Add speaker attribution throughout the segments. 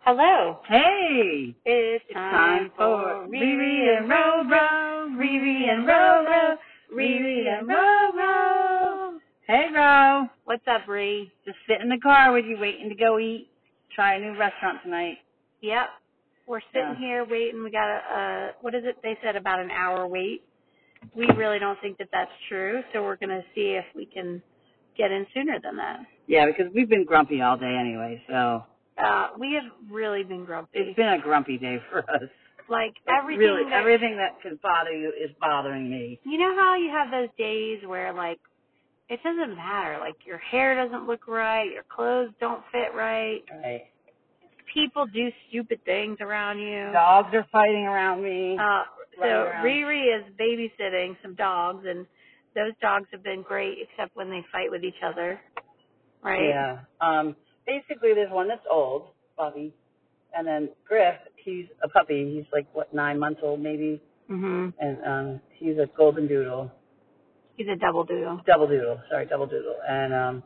Speaker 1: Hello.
Speaker 2: Hey!
Speaker 1: It's
Speaker 2: It's time for Riri and Roro, Riri and Roro, Riri and Roro. Hey, Ro.
Speaker 1: What's up, Bree?
Speaker 2: Just sitting in the car with you, waiting to go eat. Try a new restaurant tonight.
Speaker 1: Yep. We're sitting
Speaker 2: Yeah.
Speaker 1: here waiting. We got a, a what is it they said about an hour wait. We really don't think that that's true, so we're going to see if we can get in sooner than that.
Speaker 2: Yeah, because we've been grumpy all day anyway, so
Speaker 1: Uh, we have really been grumpy.
Speaker 2: it's been a grumpy day for us.
Speaker 1: like
Speaker 2: Like,
Speaker 1: everything
Speaker 2: really,
Speaker 1: that
Speaker 2: everything that could bother you is bothering me.
Speaker 1: You know how you have those days where like it doesn't matter, like your hair doesn't look right, your clothes don't fit right,
Speaker 2: Right.
Speaker 1: people do stupid things around you.
Speaker 2: Dogs are fighting around me.
Speaker 1: Uh, so
Speaker 2: Running around.
Speaker 1: Riri is babysitting some dogs, and those dogs have been great, except when they fight with each other, right?
Speaker 2: Yeah. Um, basically, there's one that's old, Bobby, and then Griff. He's a puppy. He's like what nine months old maybe,
Speaker 1: Mhm.
Speaker 2: and um, he's a golden doodle,
Speaker 1: He's a double doodle.
Speaker 2: double doodle. Sorry, double doodle. And um,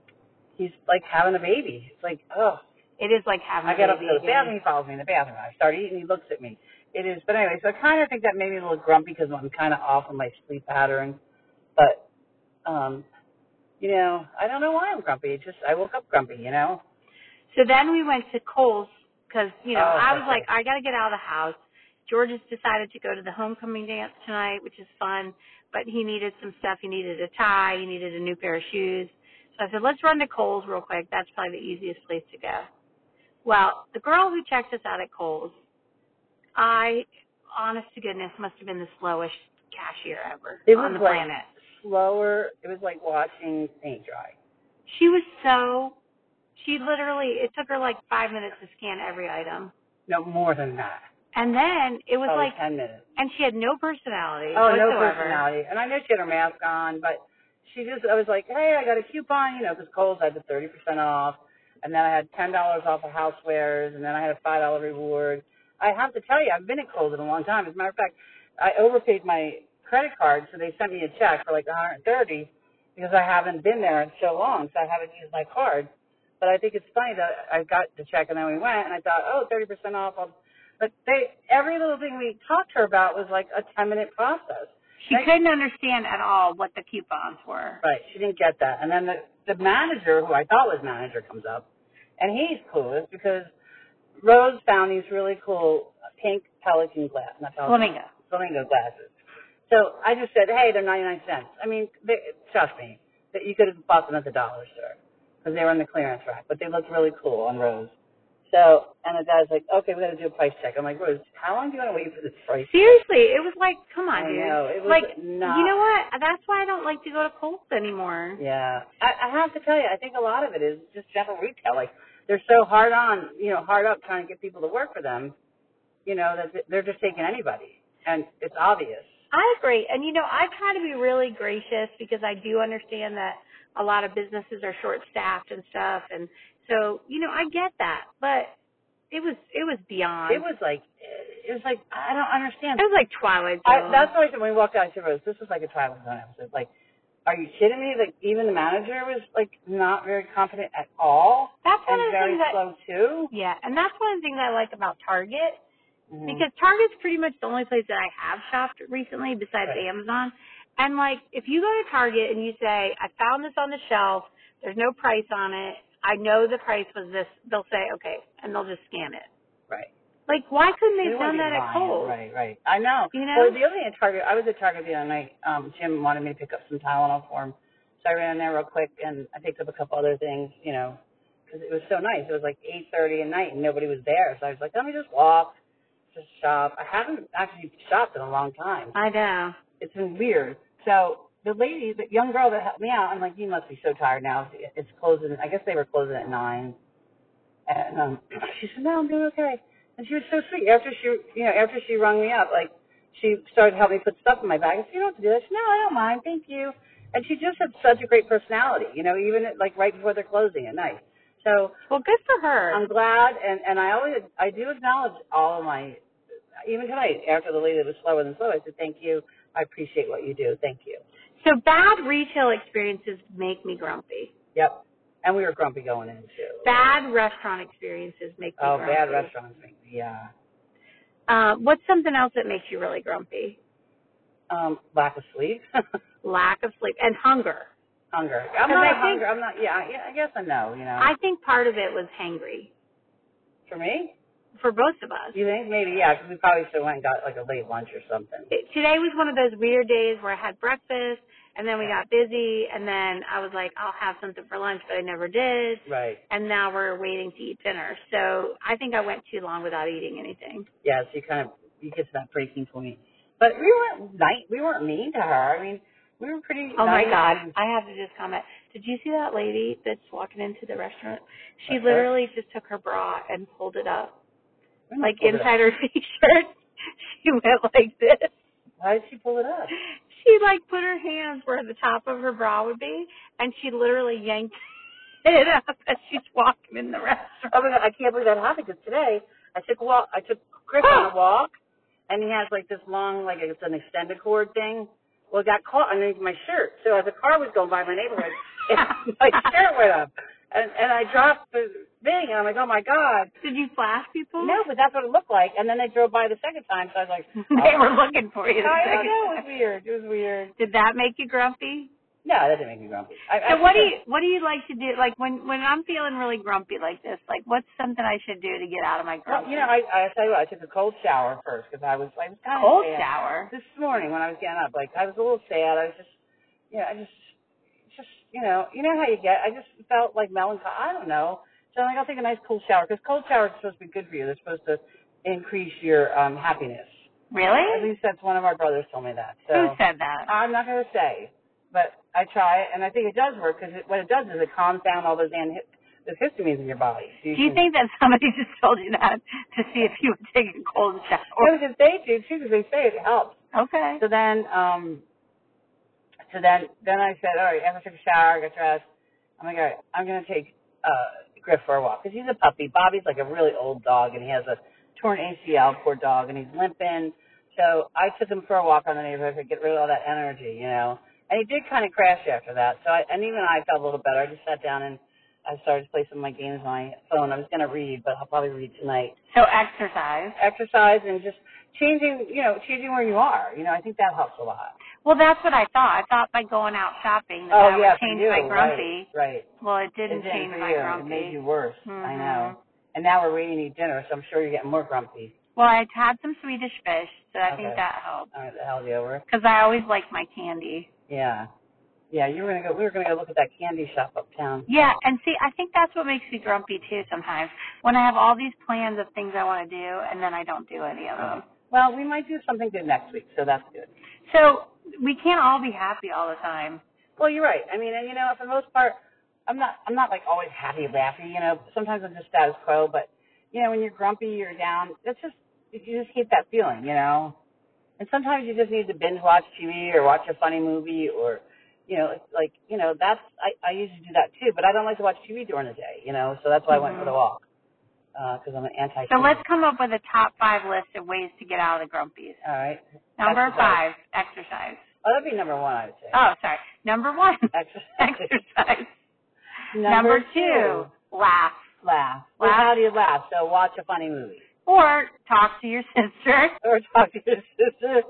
Speaker 2: he's like having a baby. It's like oh,
Speaker 1: It is like having
Speaker 2: I get
Speaker 1: a
Speaker 2: up to
Speaker 1: baby
Speaker 2: the
Speaker 1: again.
Speaker 2: bathroom. He follows me in the bathroom. I start eating. He looks at me. It is. But anyway, so I kind of think that made me a little grumpy because I'm kind of off on my sleep pattern. But um, you know, I don't know why I'm grumpy. It just I woke up grumpy. You know.
Speaker 1: So then we went to Kohl's because you know
Speaker 2: Oh,
Speaker 1: I was
Speaker 2: okay.
Speaker 1: like I got to get out of the house. George has decided to go to the homecoming dance tonight, which is fun, but he needed some stuff. He needed a tie. He needed a new pair of shoes. So I said, let's run to Kohl's real quick. That's probably the easiest place to go. Well, the girl who checked us out at Kohl's, I, honest to goodness, must have been the slowest cashier ever
Speaker 2: It
Speaker 1: on
Speaker 2: was
Speaker 1: the
Speaker 2: like-
Speaker 1: planet.
Speaker 2: slower. It was like watching paint dry.
Speaker 1: She was so, she literally, it took her like five minutes to scan every item.
Speaker 2: No, more than that.
Speaker 1: And then it was
Speaker 2: Probably
Speaker 1: like,
Speaker 2: ten minutes.
Speaker 1: and she had no personality
Speaker 2: Oh,
Speaker 1: whatsoever.
Speaker 2: no personality. And I know she had her mask on, but she just. I was like, hey, I got a coupon, you know, because Kohl's had the thirty percent off, and then I had ten dollars off of housewares, and then I had a five dollar reward. I have to tell you, I've been at Kohl's in a long time. As a matter of fact, I overpaid my credit card, so they sent me a check for like 130 because I haven't been there in so long, so I haven't used my card. But I think it's funny that I got the check and then we went, and I thought, oh, 30% off. I'll But they, every little thing we talked to her about was like a 10 minute process.
Speaker 1: She couldn't understand at all what the coupons were.
Speaker 2: Right. She didn't get that. And then the, the manager, who I thought was manager, comes up, and he's clueless because Rose found these really cool pink pelican glass, not pelican,
Speaker 1: Flamingo.
Speaker 2: flamingo glasses. So I just said, hey, they're 99 cents. I mean, they, trust me, that you could have bought them at the dollar store because they were in the clearance rack, but they looked really cool on Rose. So, and the guy's like, okay, we got to do a price check. I'm like, Rose, how long do you want to wait for this price?
Speaker 1: Seriously, it was like, come on,
Speaker 2: I
Speaker 1: dude.
Speaker 2: know, it was
Speaker 1: like,
Speaker 2: not-
Speaker 1: you know what? That's why I don't like to go to Kohl's anymore.
Speaker 2: Yeah, I, I have to tell you, I think a lot of it is just general retail. Like they're so hard on, you know, hard up trying to get people to work for them, you know, that they're just taking anybody, and it's obvious.
Speaker 1: I agree. And you know, I try to be really gracious because I do understand that a lot of businesses are short staffed and stuff and so, you know, I get that. But it was it was beyond
Speaker 2: It was like, it was like I don't
Speaker 1: it
Speaker 2: understand.
Speaker 1: was like Twilight
Speaker 2: I,
Speaker 1: Zone.
Speaker 2: that's what I said when we walked out to Rose. This was like a Twilight Zone episode. Like, are you kidding me? Like even the manager was like not very confident at all,
Speaker 1: That's one of
Speaker 2: and
Speaker 1: the
Speaker 2: very
Speaker 1: things that
Speaker 2: slow too.
Speaker 1: yeah, and that's one of the things I like about Target
Speaker 2: Mhm.
Speaker 1: because Target's pretty much the only place that I have shopped recently besides
Speaker 2: Right.
Speaker 1: Amazon. And like, if you go to Target and you say, "I found this on the shelf. There's no price on it. I know the price was this," they'll say, "Okay," and they'll just scan it.
Speaker 2: right.
Speaker 1: Like, why couldn't they've
Speaker 2: They
Speaker 1: done
Speaker 2: wouldn't
Speaker 1: that
Speaker 2: be
Speaker 1: at
Speaker 2: lying,
Speaker 1: Kohl's?
Speaker 2: Right, right. I know.
Speaker 1: You know?
Speaker 2: Well, the other thing at Target, I was at Target the other night. Um, Jim wanted me to pick up some Tylenol for him, so I ran in there real quick and I picked up a couple other things, you know, because it was so nice. It was like 8:30 at night and nobody was there, so I was like, let me just walk, just shop. I haven't actually shopped in a long time.
Speaker 1: I know.
Speaker 2: It's been weird. So the lady, the young girl that helped me out, I'm like, you must be so tired now. It's closing. I guess they were closing at nine. And um, she said, "No, I'm doing okay." And she was so sweet. After she, you know, after she rung me up, like she started helping me put stuff in my bag. I said, "You don't have to do that." She said, "No, I don't mind. Thank you." And she just had such a great personality, you know, even at, like right before they're closing at night. So
Speaker 1: Well, good for her.
Speaker 2: I'm glad, and and I always I do acknowledge all of my, even tonight after the lady was slower than slow, I said, "Thank you. I appreciate what you do. Thank you."
Speaker 1: so bad retail experiences make me grumpy.
Speaker 2: Yep. And we were grumpy going in too.
Speaker 1: Bad restaurant experiences make me
Speaker 2: Oh,
Speaker 1: grumpy.
Speaker 2: bad restaurants make me yeah.
Speaker 1: Uh, what's something else that makes you really grumpy?
Speaker 2: Um, lack of sleep,
Speaker 1: Lack of sleep and hunger.
Speaker 2: hunger. I'm
Speaker 1: 'Cause
Speaker 2: not
Speaker 1: I
Speaker 2: a
Speaker 1: think-
Speaker 2: hungry. I'm not. Yeah, I- yeah. I guess I know. You know.
Speaker 1: I think part of it was hangry
Speaker 2: For me,
Speaker 1: for both of us.
Speaker 2: you think maybe yeah, 'cause we probably should have went and got like a late lunch or something.
Speaker 1: It, today was one of those weird days where I had breakfast and then we got busy and then I was like, I'll have something for lunch, but I never did.
Speaker 2: Right.
Speaker 1: And now we're waiting to eat dinner. So I think I went too long without eating anything.
Speaker 2: Yeah. So you kind of you get to that breaking point. But we weren't night. We weren't mean to her. I mean, we were pretty.
Speaker 1: Oh my
Speaker 2: nice
Speaker 1: God.
Speaker 2: and-
Speaker 1: I have to just comment. Did you see that lady that's walking into the restaurant? She
Speaker 2: Uh-huh.
Speaker 1: literally just took her bra and pulled it up.
Speaker 2: we
Speaker 1: Like
Speaker 2: pulled it up.
Speaker 1: inside her t shirt. She went like this.
Speaker 2: Why did she pull it up?
Speaker 1: She like put her hands where the top of her bra would be and she literally yanked it up as she's walking in the
Speaker 2: Oh
Speaker 1: restaurant.
Speaker 2: my god, I can't believe that happened because today I took a walk. I took Chris on a walk, and he has like this long, like it's an extended cord thing. Well, it got caught underneath my shirt. So as a car was going by my neighborhood, it, my shirt went up, and and I dropped the thing, and I'm like, oh my god.
Speaker 1: Did you flash people?
Speaker 2: No, but that's what it looked like. And then they drove by the second time, so I was like,
Speaker 1: they were looking for you. the
Speaker 2: Uh, I don't
Speaker 1: second
Speaker 2: know. It was
Speaker 1: time.
Speaker 2: weird. It was weird.
Speaker 1: Did that make you grumpy?
Speaker 2: No, that didn't make me grumpy. I,
Speaker 1: So
Speaker 2: I
Speaker 1: what do you what do you like to do? Like when when I'm feeling really grumpy like this, like what's something I should do to get out of my
Speaker 2: Well,
Speaker 1: grumpy?
Speaker 2: you know, I I tell you what, I took a cold shower first because I was I was kind of
Speaker 1: cold
Speaker 2: sad.
Speaker 1: shower.
Speaker 2: this morning when I was getting up, like I was a little sad. I was just, you know, I just, just, you know, you know how you get. I just felt like melancholy. I don't know. So I'm like, I'll take a nice cold shower because cold showers are supposed to be good for you. They're supposed to increase your um happiness. At
Speaker 1: Really?
Speaker 2: least that's one of our brothers told me that.
Speaker 1: Who
Speaker 2: So
Speaker 1: said that?
Speaker 2: I'm not going to say, but I try it, and I think it does work because what it does is it calms down all those anhi- those histamines in your body.
Speaker 1: Do
Speaker 2: So
Speaker 1: you
Speaker 2: can-
Speaker 1: think that somebody just told you that to see if you would take a cold shower?
Speaker 2: No, because they do too, because they say it helps.
Speaker 1: Okay.
Speaker 2: So then, um, so then, then I said, all right, I'm gonna take a shower, get dressed. I'm like, all right, I'm gonna take uh Griff for a walk because he's a puppy. Bobby's like a really old dog, and he has a torn ACL, poor dog, and he's limping. So I took him for a walk on the neighborhood to get rid of all that energy, you know. And he did kind of crash after that. So I, and even I felt a little better. I just sat down and I started to play some of my games on my phone. I was gonna read, but I'll probably read tonight
Speaker 1: So exercise.
Speaker 2: exercise and just changing, you know, changing where you are. You know, I think that helps a lot.
Speaker 1: Well, that's what I thought. I thought by going out shopping that
Speaker 2: oh
Speaker 1: I
Speaker 2: yeah,
Speaker 1: would change
Speaker 2: for you,
Speaker 1: my grumpy.
Speaker 2: Right. right.
Speaker 1: Well, it
Speaker 2: It
Speaker 1: didn't
Speaker 2: didn't
Speaker 1: change
Speaker 2: for
Speaker 1: my
Speaker 2: you. It
Speaker 1: grumpy.
Speaker 2: made you worse. I
Speaker 1: Mhm.
Speaker 2: know. And now we're waiting to eat dinner, so I'm sure you're getting more grumpy.
Speaker 1: Well, I had some Swedish fish, so I think
Speaker 2: Okay.
Speaker 1: that helped.
Speaker 2: All right, the hell's over.
Speaker 1: Because I always like my candy.
Speaker 2: Yeah. Yeah, you were gonna go. We were gonna go look at that candy shop uptown.
Speaker 1: Yeah, and see, I think that's what makes me grumpy too sometimes. When I have all these plans of things I want to do, and then I don't do any
Speaker 2: Uh-huh.
Speaker 1: of them.
Speaker 2: Well, we might do something good next week, so that's good.
Speaker 1: So we can't all be happy all the time.
Speaker 2: Well, you're right. I mean, and you know, for the most part, I'm not I'm not like always happy laughing. You know, sometimes I'm just status quo. But you know, when you're grumpy or down, that's just you just keep that feeling. You know, and sometimes you just need to binge watch TV or watch a funny movie or you know, it's like you know, that's I I usually do that too. But I don't like to watch TV during the day. You know, so that's why I went for the
Speaker 1: Mhm.
Speaker 2: walk because I'm an anti.
Speaker 1: So let's come up with a top five list of ways to get out of the grumpies.
Speaker 2: All right.
Speaker 1: Number
Speaker 2: Exercise.
Speaker 1: five, exercise.
Speaker 2: Oh, that'd be number one, I would say.
Speaker 1: Oh, sorry. Number one,
Speaker 2: Exercise.
Speaker 1: exercise.
Speaker 2: Number
Speaker 1: two, laugh.
Speaker 2: laugh. Well,
Speaker 1: Laugh.
Speaker 2: how do you laugh? So watch a funny movie.
Speaker 1: Or talk to your sister.
Speaker 2: or talk to your sister.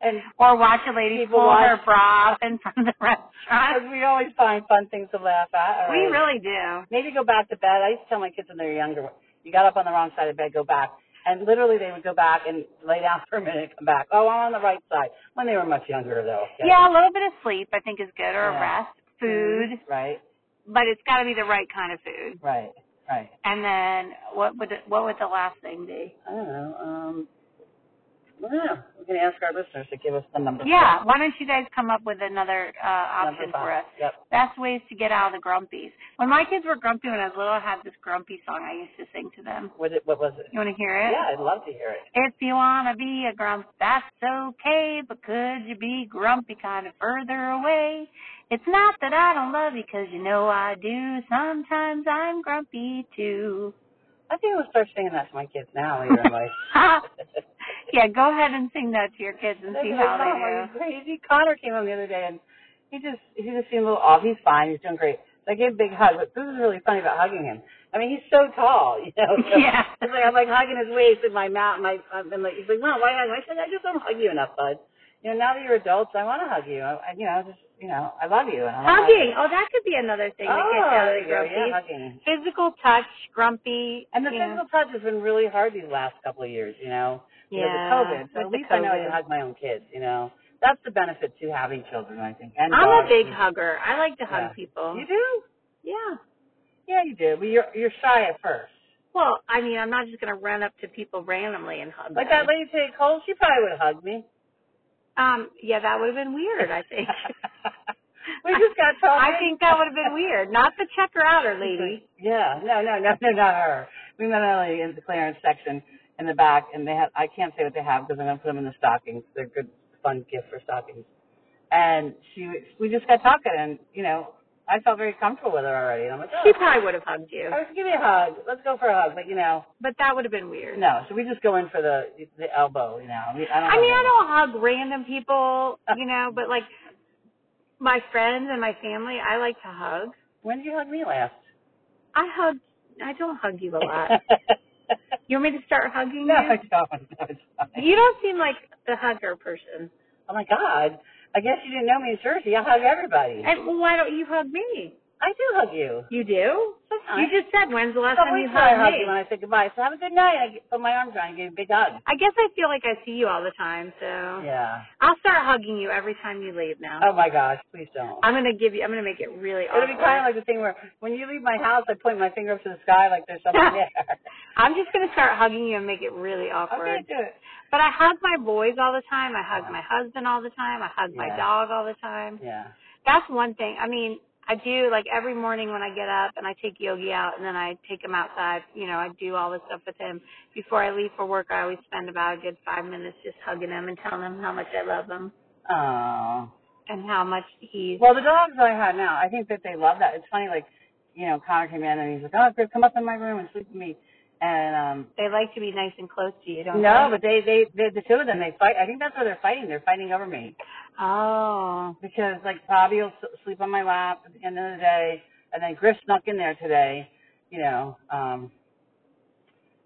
Speaker 2: And
Speaker 1: Or watch a lady
Speaker 2: People
Speaker 1: pull
Speaker 2: watch.
Speaker 1: her bra up in front of the
Speaker 2: because
Speaker 1: restaurant.
Speaker 2: we always find fun things to laugh at. Or
Speaker 1: We really do.
Speaker 2: maybe go back to bed. I used to tell my kids when they were younger, you got up on the wrong side of bed, go back. And literally, they would go back and lay down for a minute, and come back. Oh, I'm on the right side. When they were much younger, though.
Speaker 1: Yeah, a little bit of sleep I think is good, or
Speaker 2: Yeah. Mm-hmm.
Speaker 1: a rest, food,
Speaker 2: Right.
Speaker 1: but it's got to be the right kind of food.
Speaker 2: Right. Right.
Speaker 1: And then what would what would the last thing be?
Speaker 2: I don't know. Um. Well, yeah, we're gonna ask our listeners to give us the number.
Speaker 1: Yeah, why don't you guys come up with another uh,
Speaker 2: five.
Speaker 1: option
Speaker 2: Number
Speaker 1: for
Speaker 2: five.
Speaker 1: us?
Speaker 2: Yep.
Speaker 1: Best ways to get out of the grumpies. When my kids were grumpy when I was little, I had this grumpy song I used to sing to them.
Speaker 2: What, it, what was it?
Speaker 1: You want to hear it?
Speaker 2: Yeah, I'd love to hear it.
Speaker 1: If you wanna be a grump, that's okay, but could you be grumpy kind of further away? It's not that I don't love you, cause you know I do. Sometimes I'm grumpy too.
Speaker 2: I think we'll start singing that to my kids now later in life.
Speaker 1: yeah, go ahead and sing that to your kids and see
Speaker 2: They'd be like, "Mom,
Speaker 1: how
Speaker 2: Are you crazy? Connor came home the other day and he just he just seemed a little off. He's fine. He's doing great. I gave a big hug. But this is really funny about hugging him. I mean, he's so tall, you know. So
Speaker 1: Yeah.
Speaker 2: It's like I'm like hugging his waist with my mouth. My I'm I'm like he's like, Mom, why hug? I said I just don't hug you enough, bud. You know, now that you're adults, I want to hug you. I, I you know, I just you know, I love you. And I wanna hug
Speaker 1: Hugging.
Speaker 2: you.
Speaker 1: Oh, that could be another thing that
Speaker 2: Oh,
Speaker 1: gets out of
Speaker 2: there
Speaker 1: the
Speaker 2: you go.
Speaker 1: grumpy.
Speaker 2: yeah, hugging.
Speaker 1: Physical touch, grumpy.
Speaker 2: And the
Speaker 1: you
Speaker 2: physical
Speaker 1: know.
Speaker 2: touch has been really hard these last couple of years, you know,
Speaker 1: yeah,
Speaker 2: because of COVID. So
Speaker 1: with
Speaker 2: at
Speaker 1: the
Speaker 2: least I know I
Speaker 1: COVID.
Speaker 2: can hug my own kids, you know. That's the benefit to having children, I think. And
Speaker 1: I'm a
Speaker 2: dogs.
Speaker 1: big hugger. I like to hug
Speaker 2: Yeah.
Speaker 1: people.
Speaker 2: You do?
Speaker 1: Yeah.
Speaker 2: Yeah, you do. But you're you're shy at first.
Speaker 1: Well, I mean, I'm not just going to run up to people randomly and hug
Speaker 2: Like
Speaker 1: them.
Speaker 2: that lady today, Cole, she probably would have hugged me.
Speaker 1: um, yeah, that would have been weird, I think.
Speaker 2: we just got talking.
Speaker 1: I think that would have been weird. Not the checker outer lady.
Speaker 2: Yeah, no, no, no, no, not her. We met Ellie in the clearance section in the back, and they have, I can't say what they have because I'm going to put them in the stockings. They're good, fun gift for stockings. And she, was- we just got talking, and, you know, I felt very comfortable with her already. And I'm like,
Speaker 1: She
Speaker 2: oh,
Speaker 1: probably would have hugged you,
Speaker 2: I was, give me a hug. Let's go for a hug. But, you know,
Speaker 1: but that would have been weird.
Speaker 2: no. So we just go in for the the elbow, you know. I mean, I don't
Speaker 1: I mean,
Speaker 2: know.
Speaker 1: I don't hug random people,
Speaker 2: Uh.
Speaker 1: you know, but like my friends and my family, I like to hug.
Speaker 2: When did you hug me last?
Speaker 1: I hug. I don't hug you a lot. You want me to start hugging
Speaker 2: no,
Speaker 1: you?
Speaker 2: I don't. No, it's fine.
Speaker 1: You don't seem like the hugger person.
Speaker 2: Oh, my God. I guess you didn't know me in Jersey. I hug everybody.
Speaker 1: And well, why don't you hug me?
Speaker 2: I do hug you.
Speaker 1: You do? You
Speaker 2: Sometimes.
Speaker 1: just said when's the last time you
Speaker 2: Sometimes I
Speaker 1: hugged
Speaker 2: hug you
Speaker 1: me?
Speaker 2: when I say goodbye. So have a good night. I get- put my arms around you, give you a big hug.
Speaker 1: I guess I feel like I see you all the time, so
Speaker 2: Yeah.
Speaker 1: I'll start hugging you every time you leave now.
Speaker 2: Oh my gosh, please don't.
Speaker 1: I'm gonna give you. I'm gonna make it really
Speaker 2: It'll be
Speaker 1: awkward.
Speaker 2: kind of like the thing where when you leave my house, I point my finger up to the sky like there's something there.
Speaker 1: I'm just gonna start hugging you and make it really awkward.
Speaker 2: okay, do it.
Speaker 1: But I hug my boys all the time. I hug
Speaker 2: Yeah.
Speaker 1: my husband all the time. I hug my
Speaker 2: Yeah.
Speaker 1: dog all the time.
Speaker 2: Yeah.
Speaker 1: That's one thing. I mean, I do like every morning when I get up and I take Yogi out and then I take him outside. You know, I do all this stuff with him. Before I leave for work, I always spend about a good five minutes just hugging him and telling him how much I love him
Speaker 2: Oh.
Speaker 1: and how much he's.
Speaker 2: Well, the dogs I have now, I think that they love that. It's funny, like, you know, Connor came in and he's like, oh, Griff, come up in my room and sleep with me. And, um,
Speaker 1: They like to be nice and close to you, don't
Speaker 2: no,
Speaker 1: they?
Speaker 2: but they, they, they, the two of them, they fight. I think that's where they're fighting. They're fighting over me.
Speaker 1: Oh.
Speaker 2: because like Bobby will s- sleep on my lap at the end of the day, and then Griff snuck in there today, you know, um,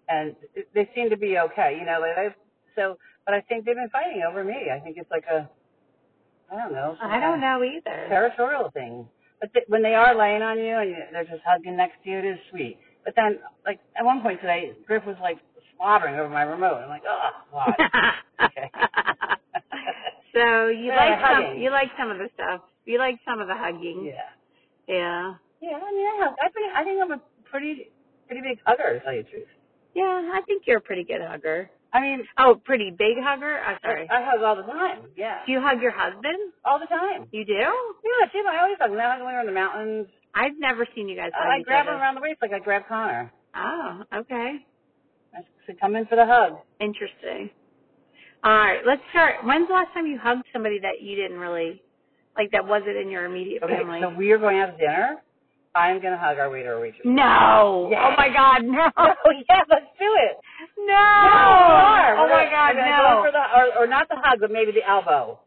Speaker 2: and it- they seem to be okay, you know. Like I, so, but I think they've been fighting over me. I think it's like a, I don't know, some
Speaker 1: I don't
Speaker 2: kind of
Speaker 1: know either.
Speaker 2: territorial thing. But th- when they are laying on you and you, they're just hugging next to you, it is sweet. But then, like at one point today, Griff was like slobbering over my remote. I'm like, oh, why?
Speaker 1: so you
Speaker 2: Yeah,
Speaker 1: like some
Speaker 2: hugging.
Speaker 1: you like some of the stuff. You like some of the hugging.
Speaker 2: yeah.
Speaker 1: Yeah.
Speaker 2: Yeah, I mean, I have. I think I think I'm a pretty pretty big hugger. To tell you the truth.
Speaker 1: Yeah, I think you're a pretty good hugger.
Speaker 2: I mean,
Speaker 1: Oh, pretty big hugger?
Speaker 2: Uh,
Speaker 1: I'm sorry.
Speaker 2: I, I hug all the time. Yeah,
Speaker 1: Do you hug your husband?
Speaker 2: all the time.
Speaker 1: You do?
Speaker 2: Yeah, Jim, I always hug. Now when we're in the mountains,
Speaker 1: I've never seen you guys hug
Speaker 2: Oh, I
Speaker 1: each
Speaker 2: grab him
Speaker 1: other.
Speaker 2: around the waist like I grab Connor.
Speaker 1: Oh, okay.
Speaker 2: I say, "Come in for the hug."
Speaker 1: Interesting. All right, let's start. When's the last time you hugged somebody that you didn't really like that wasn't in your immediate
Speaker 2: Okay,
Speaker 1: family?
Speaker 2: so we are going out to dinner. I'm gonna hug our waiter or waitress.
Speaker 1: no.
Speaker 2: Yes.
Speaker 1: Oh my god, no.
Speaker 2: Oh yeah, let's do it.
Speaker 1: No.
Speaker 2: No, we are.
Speaker 1: Oh
Speaker 2: We're
Speaker 1: my
Speaker 2: gonna-
Speaker 1: god,
Speaker 2: we're gonna
Speaker 1: no.
Speaker 2: Go for the, or, or not the hug, but maybe the elbow.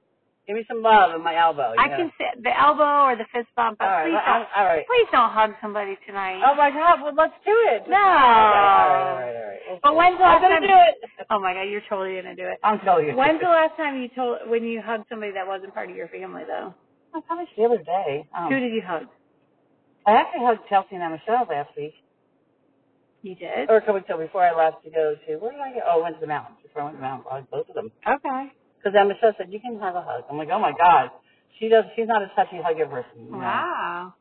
Speaker 2: Give me some love in my elbow. you
Speaker 1: I
Speaker 2: know?
Speaker 1: can sit the elbow or the fist bump, but
Speaker 2: All right,
Speaker 1: please
Speaker 2: well, I'm- all right.
Speaker 1: don't please don't hug somebody tonight.
Speaker 2: Oh my God! Well, let's do it.
Speaker 1: No. But when's the last
Speaker 2: I'm gonna
Speaker 1: time-
Speaker 2: do it.
Speaker 1: Oh my god, you're totally gonna do it.
Speaker 2: I'm telling you.
Speaker 1: When's the last time you told when you hugged somebody that wasn't part of your family though?
Speaker 2: I probably the other day.
Speaker 1: Who
Speaker 2: Um,
Speaker 1: did you hug?
Speaker 2: I actually hugged Chelsea and Emma Michelle last week,
Speaker 1: You did.
Speaker 2: or a couple weeks ago before I left to go to where did I go? Oh, I went to the mountains. Before I went to the mountains, I hugged both of them
Speaker 1: Okay.
Speaker 2: because Emma Michelle said you can have a hug. I'm like, oh my God. She does. She's not a touchy hugger person. you know.
Speaker 1: Wow.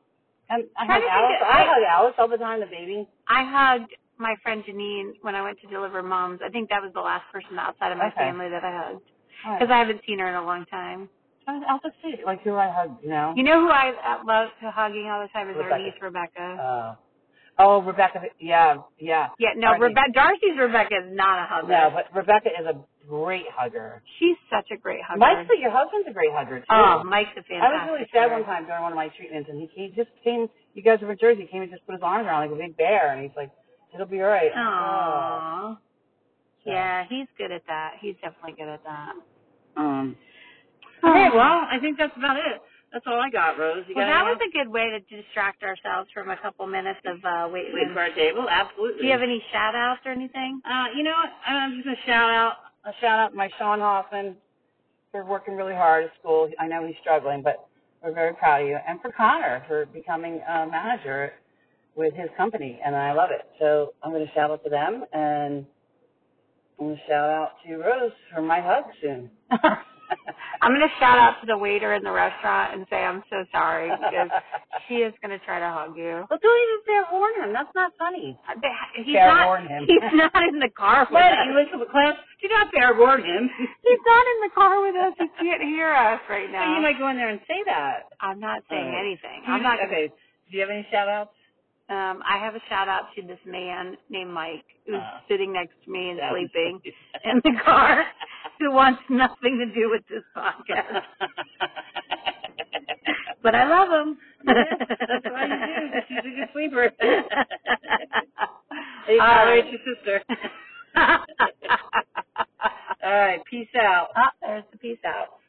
Speaker 2: And I
Speaker 1: Trying
Speaker 2: hug
Speaker 1: to think
Speaker 2: Alice.
Speaker 1: of-
Speaker 2: I
Speaker 1: I-
Speaker 2: hug Alice all the time. The baby.
Speaker 1: I hugged my friend Janine when I went to deliver moms. I think that was the last person outside of my
Speaker 2: Okay.
Speaker 1: family that I hugged because
Speaker 2: Because
Speaker 1: I haven't seen her in a long time.
Speaker 2: I was out to see like who I hug. You know.
Speaker 1: You know who I uh, love to hugging all the time is our
Speaker 2: Rebecca.
Speaker 1: niece Rebecca.
Speaker 2: Uh, oh, Rebecca. Yeah, yeah.
Speaker 1: yeah, no,
Speaker 2: our niece.
Speaker 1: Rebecca. Darcy's Rebecca is not a hugger.
Speaker 2: No, but Rebecca is a great hugger.
Speaker 1: she's such a great hugger.
Speaker 2: Mike said your husband's a great hugger too.
Speaker 1: oh, Mike's a fantastic.
Speaker 2: I was really sad
Speaker 1: hugger.
Speaker 2: one time during one of my treatments, and he, he just came. You guys were in Jersey. He came and just put his arms around like a big bear, and he's like, "It'll be all right." Oh.
Speaker 1: Aww. Yeah, he's good at
Speaker 2: Oh.
Speaker 1: that. He's definitely good at that.
Speaker 2: Um. Okay. Well, I think that's about it. That's all I got, Rose. You
Speaker 1: Well, that
Speaker 2: got
Speaker 1: was
Speaker 2: anything
Speaker 1: a good way to distract ourselves from a couple minutes of uh, wait.
Speaker 2: else? wait for our table. Absolutely.
Speaker 1: Do you have any shout outs or anything?
Speaker 2: Uh, you know, I'm just gonna shout out a shout out to my Sean Hoffman for working really hard at school. I know he's struggling, but we're very proud of you, and for Connor for becoming a manager with his company, and I love it. So I'm gonna shout out to them, and I'm gonna shout out to Rose for my hug soon.
Speaker 1: I'm going to shout out to the waiter in the restaurant and say I'm so sorry because she is going to try to hug you.
Speaker 2: well, don't even say horn him. That's not funny.
Speaker 1: I bet- He's
Speaker 2: Fair
Speaker 1: not.
Speaker 2: warn him.
Speaker 1: He's not in the car with
Speaker 2: Claire,
Speaker 1: us.
Speaker 2: Elizabeth, Claire, do not fair warn him.
Speaker 1: He's not in the car with us. He can't hear us right
Speaker 2: So you
Speaker 1: now.
Speaker 2: might go in there and say that.
Speaker 1: I'm not saying
Speaker 2: Alright.
Speaker 1: anything. I'm not. gonna-
Speaker 2: okay. Do you have any shout outs?
Speaker 1: Um, I have a shout out to this man named Mike who's
Speaker 2: Uh,
Speaker 1: sitting next to me and sleeping in the car who wants nothing to do with this podcast. But I love him.
Speaker 2: Yeah, that's why you do. She's a good sleeper. hey,
Speaker 1: All
Speaker 2: tolerate
Speaker 1: right.
Speaker 2: your sister. All right. Peace out.
Speaker 1: Ah, Oh, there's the peace out.